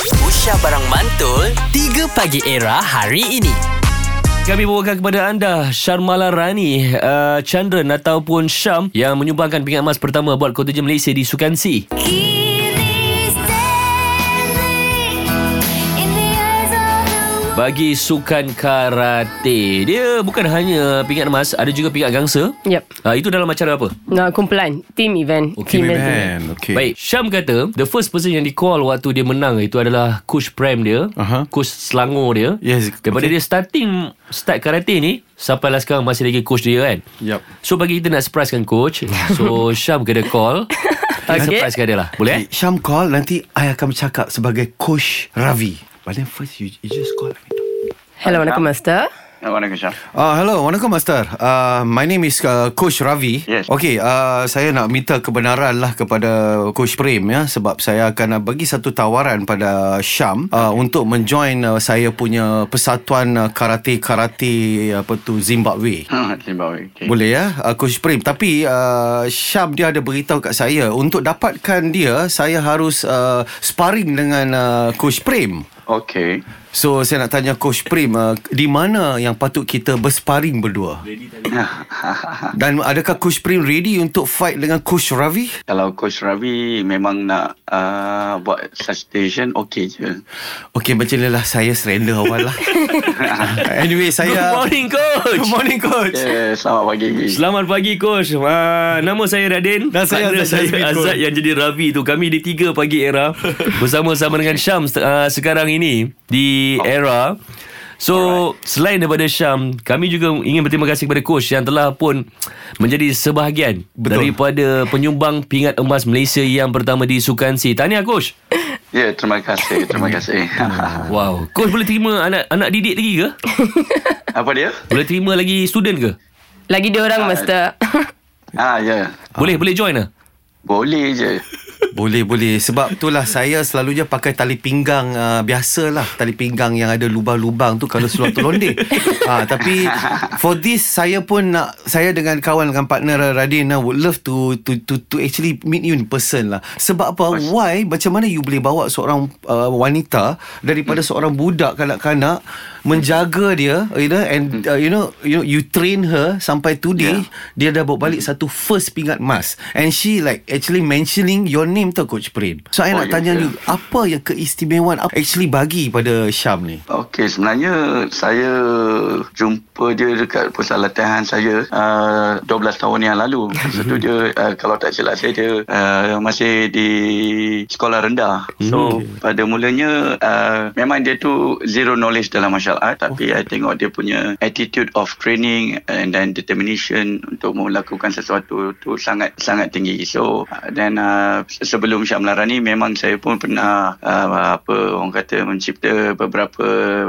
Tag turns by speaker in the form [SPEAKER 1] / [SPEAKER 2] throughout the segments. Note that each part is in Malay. [SPEAKER 1] Aisyah Barang Mantul 3 Pagi Era hari ini
[SPEAKER 2] Kami bawakan kepada anda Sharmala Rani uh, Chandran ataupun Syam yang menyumbangkan pingat emas pertama buat Kota Malaysia di Sukan C.
[SPEAKER 3] Kini standing in the eyes of the world.
[SPEAKER 2] Bagi sukan karate. Dia bukan hanya pingat emas, ada juga pingat gangsa.
[SPEAKER 4] Yep.
[SPEAKER 2] Uh, itu dalam acara apa?
[SPEAKER 4] Nah, kumpulan team event.
[SPEAKER 5] Okay,
[SPEAKER 4] Oh, Team
[SPEAKER 5] man.
[SPEAKER 4] event.
[SPEAKER 5] Okay.
[SPEAKER 2] Baik, Syam kata the first person yang di call waktu dia menang itu adalah coach Prem dia,
[SPEAKER 5] Aha.
[SPEAKER 2] coach Selangor dia.
[SPEAKER 5] Yes,
[SPEAKER 2] Daripada
[SPEAKER 5] okay.
[SPEAKER 2] dia starting start karate ni sampailah sekarang masih lagi coach dia kan.
[SPEAKER 5] Yup.
[SPEAKER 2] So bagi kita nak surprisekan coach. So Syam kena call. Kita
[SPEAKER 4] Okay.
[SPEAKER 2] surprisekan dia lah. Boleh? Eh?
[SPEAKER 5] Syam call Nanti I akan bercakap Sebagai Coach Ravi But then first You, you just call
[SPEAKER 4] Hello, Wanakum Master.
[SPEAKER 6] Waalaikumsalam.
[SPEAKER 5] Uh, hello, Wanakum Master. Uh, my name is uh, Coach Ravi.
[SPEAKER 6] Yes.
[SPEAKER 5] Okay, uh, saya nak minta kebenaran lah kepada Coach Prem ya sebab saya akan uh, bagi satu tawaran pada Syam uh, untuk menjoin uh, saya punya persatuan uh, karate-karate apa tu Zimbabwe.
[SPEAKER 6] Ha, Zimbabwe. Okay.
[SPEAKER 5] Boleh ya uh, Coach Prem Tapi uh, Syam dia ada beritahu kat saya Untuk dapatkan dia Saya harus uh, Sparring dengan uh, Coach Prem
[SPEAKER 6] Okay.
[SPEAKER 5] So saya nak tanya Coach Prem uh, Di mana yang patut kita bersparring berdua Dan adakah Coach Prem ready Untuk fight dengan Coach Ravi
[SPEAKER 6] Kalau Coach Ravi memang nak uh, buat suscitation, okay je.
[SPEAKER 5] Okay macam ni lah Saya surrender awal lah Anyway saya
[SPEAKER 2] Good morning coach.
[SPEAKER 5] Good morning Coach
[SPEAKER 6] Eh, selamat pagi.
[SPEAKER 2] Selamat pagi coach. Uh, nama saya Radin.
[SPEAKER 5] Dan saya
[SPEAKER 2] Partner
[SPEAKER 5] Azad Syahid
[SPEAKER 2] Azad
[SPEAKER 5] Bidkul.
[SPEAKER 2] yang jadi Ravi tu. Kami di 3 pagi era bersama-sama dengan Syam uh, sekarang ini di era. So selain daripada Syam, kami juga ingin berterima kasih kepada coach yang telah pun menjadi sebahagian
[SPEAKER 5] Betul.
[SPEAKER 2] daripada penyumbang pingat emas Malaysia yang pertama di Sukan C. Tahniah coach.
[SPEAKER 6] Ya, yeah, terima kasih. Terima kasih.
[SPEAKER 2] Wow. Coach boleh terima anak anak didik lagi ke?
[SPEAKER 6] Apa dia?
[SPEAKER 2] Boleh terima lagi student
[SPEAKER 5] Ah.
[SPEAKER 2] ke?
[SPEAKER 4] Lagi dia orang, Master.
[SPEAKER 6] Ah, ya. Yeah.
[SPEAKER 2] Boleh boleh join lah.
[SPEAKER 6] Boleh je.
[SPEAKER 5] Boleh boleh sebab itulah saya selalunya pakai tali pinggang uh, biasalah tali pinggang yang ada lubang-lubang tu kalau seluar tu londe. ha, tapi for this saya pun nak saya dengan kawan dengan partner Radin uh, would love to to to to actually meet you in person lah. Sebab apa why macam mana you boleh bawa seorang uh, wanita daripada
[SPEAKER 6] Hmm.
[SPEAKER 5] seorang budak kanak-kanak menjaga dia you know and uh,
[SPEAKER 6] Hmm.
[SPEAKER 5] you know you know you train her sampai today yeah.
[SPEAKER 6] Ya.
[SPEAKER 5] dia dah bawa balik
[SPEAKER 6] Hmm.
[SPEAKER 5] satu first pingat emas and she like actually mentioning your name tau coach Prin so I
[SPEAKER 6] Oh,
[SPEAKER 5] nak
[SPEAKER 6] ya,
[SPEAKER 5] tanya
[SPEAKER 6] ya.
[SPEAKER 5] you apa yang keistimewaan apa actually bagi pada Syam ni
[SPEAKER 6] Okey, sebenarnya saya jumpa dia dekat pusat latihan saya uh, 12 tahun yang lalu. Masa tu dia, uh, kalau tak silap saya, dia uh, masih di sekolah rendah. So, pada mulanya, uh, memang dia tu zero knowledge dalam masyarakat. Tapi, I tengok dia punya attitude of training and then determination untuk melakukan sesuatu tu sangat sangat tinggi. So, uh, then uh, sebelum Syam Larani, memang saya pun pernah uh, apa orang kata mencipta beberapa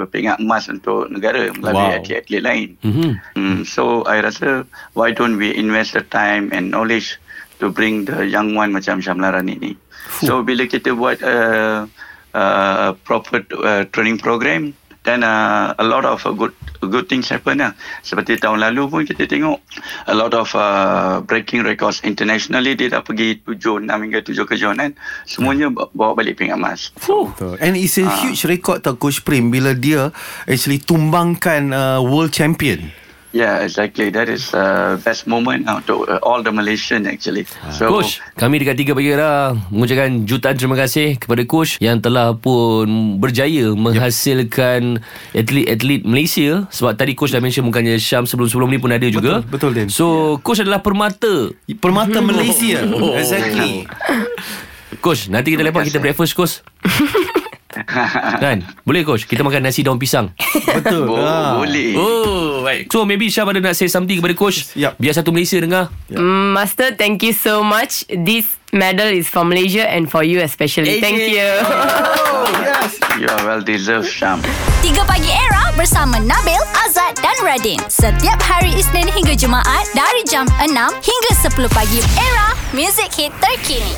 [SPEAKER 6] pingat emas untuk negara melalui
[SPEAKER 5] Wow.
[SPEAKER 6] wow. atlet-atlet lain.
[SPEAKER 2] Mhm.
[SPEAKER 6] Hmm, so I rasa why don't we invest the time and knowledge to bring the young one macam Syamlaran ini. So bila kita buat uh, uh, proper uh, training program then uh, a lot of uh, good good things happen lah. Seperti tahun lalu pun kita tengok a lot of uh, breaking records internationally dia dah pergi 7 6 hingga 7 kejohanan kan? semuanya b- bawa balik pingat emas.
[SPEAKER 5] and it's
[SPEAKER 6] Ah.
[SPEAKER 5] a huge record tau coach Prin bila dia actually tumbangkan uh, world champion
[SPEAKER 6] Yeah, exactly. That is uh, best moment now to uh, all the Malaysian actually. So
[SPEAKER 2] Coach, kami dekat 3 Pagi Era mengucapkan jutaan terima kasih kepada Coach yang telah pun berjaya menghasilkan atlet-atlet Malaysia sebab tadi Coach dah mention bukannya Syam sebelum-sebelum ni pun ada juga.
[SPEAKER 5] betul, Din.
[SPEAKER 2] So, Coach adalah permata.
[SPEAKER 5] permata Malaysia exactly
[SPEAKER 2] Coach, nanti kita lepak kita breakfast, Coach. kan? Boleh, Coach? Kita makan nasi daun pisang.
[SPEAKER 5] betul
[SPEAKER 6] Bo-
[SPEAKER 5] Ah.
[SPEAKER 6] boleh.
[SPEAKER 2] Oh, baik. So, maybe Syam ada nak say something kepada Coach.
[SPEAKER 5] Eh. Yup.
[SPEAKER 2] Biar satu Malaysia dengar.
[SPEAKER 4] Mm, Master, thank you so much. This medal is for Malaysia and for you especially. Thank you.
[SPEAKER 6] You are well deserved, Syam.
[SPEAKER 3] 3 Pagi Era bersama Nabil, Azad dan Radin. Setiap hari Isnin hingga Jumaat dari jam 6 hingga 10 pagi. Era, music hit terkini.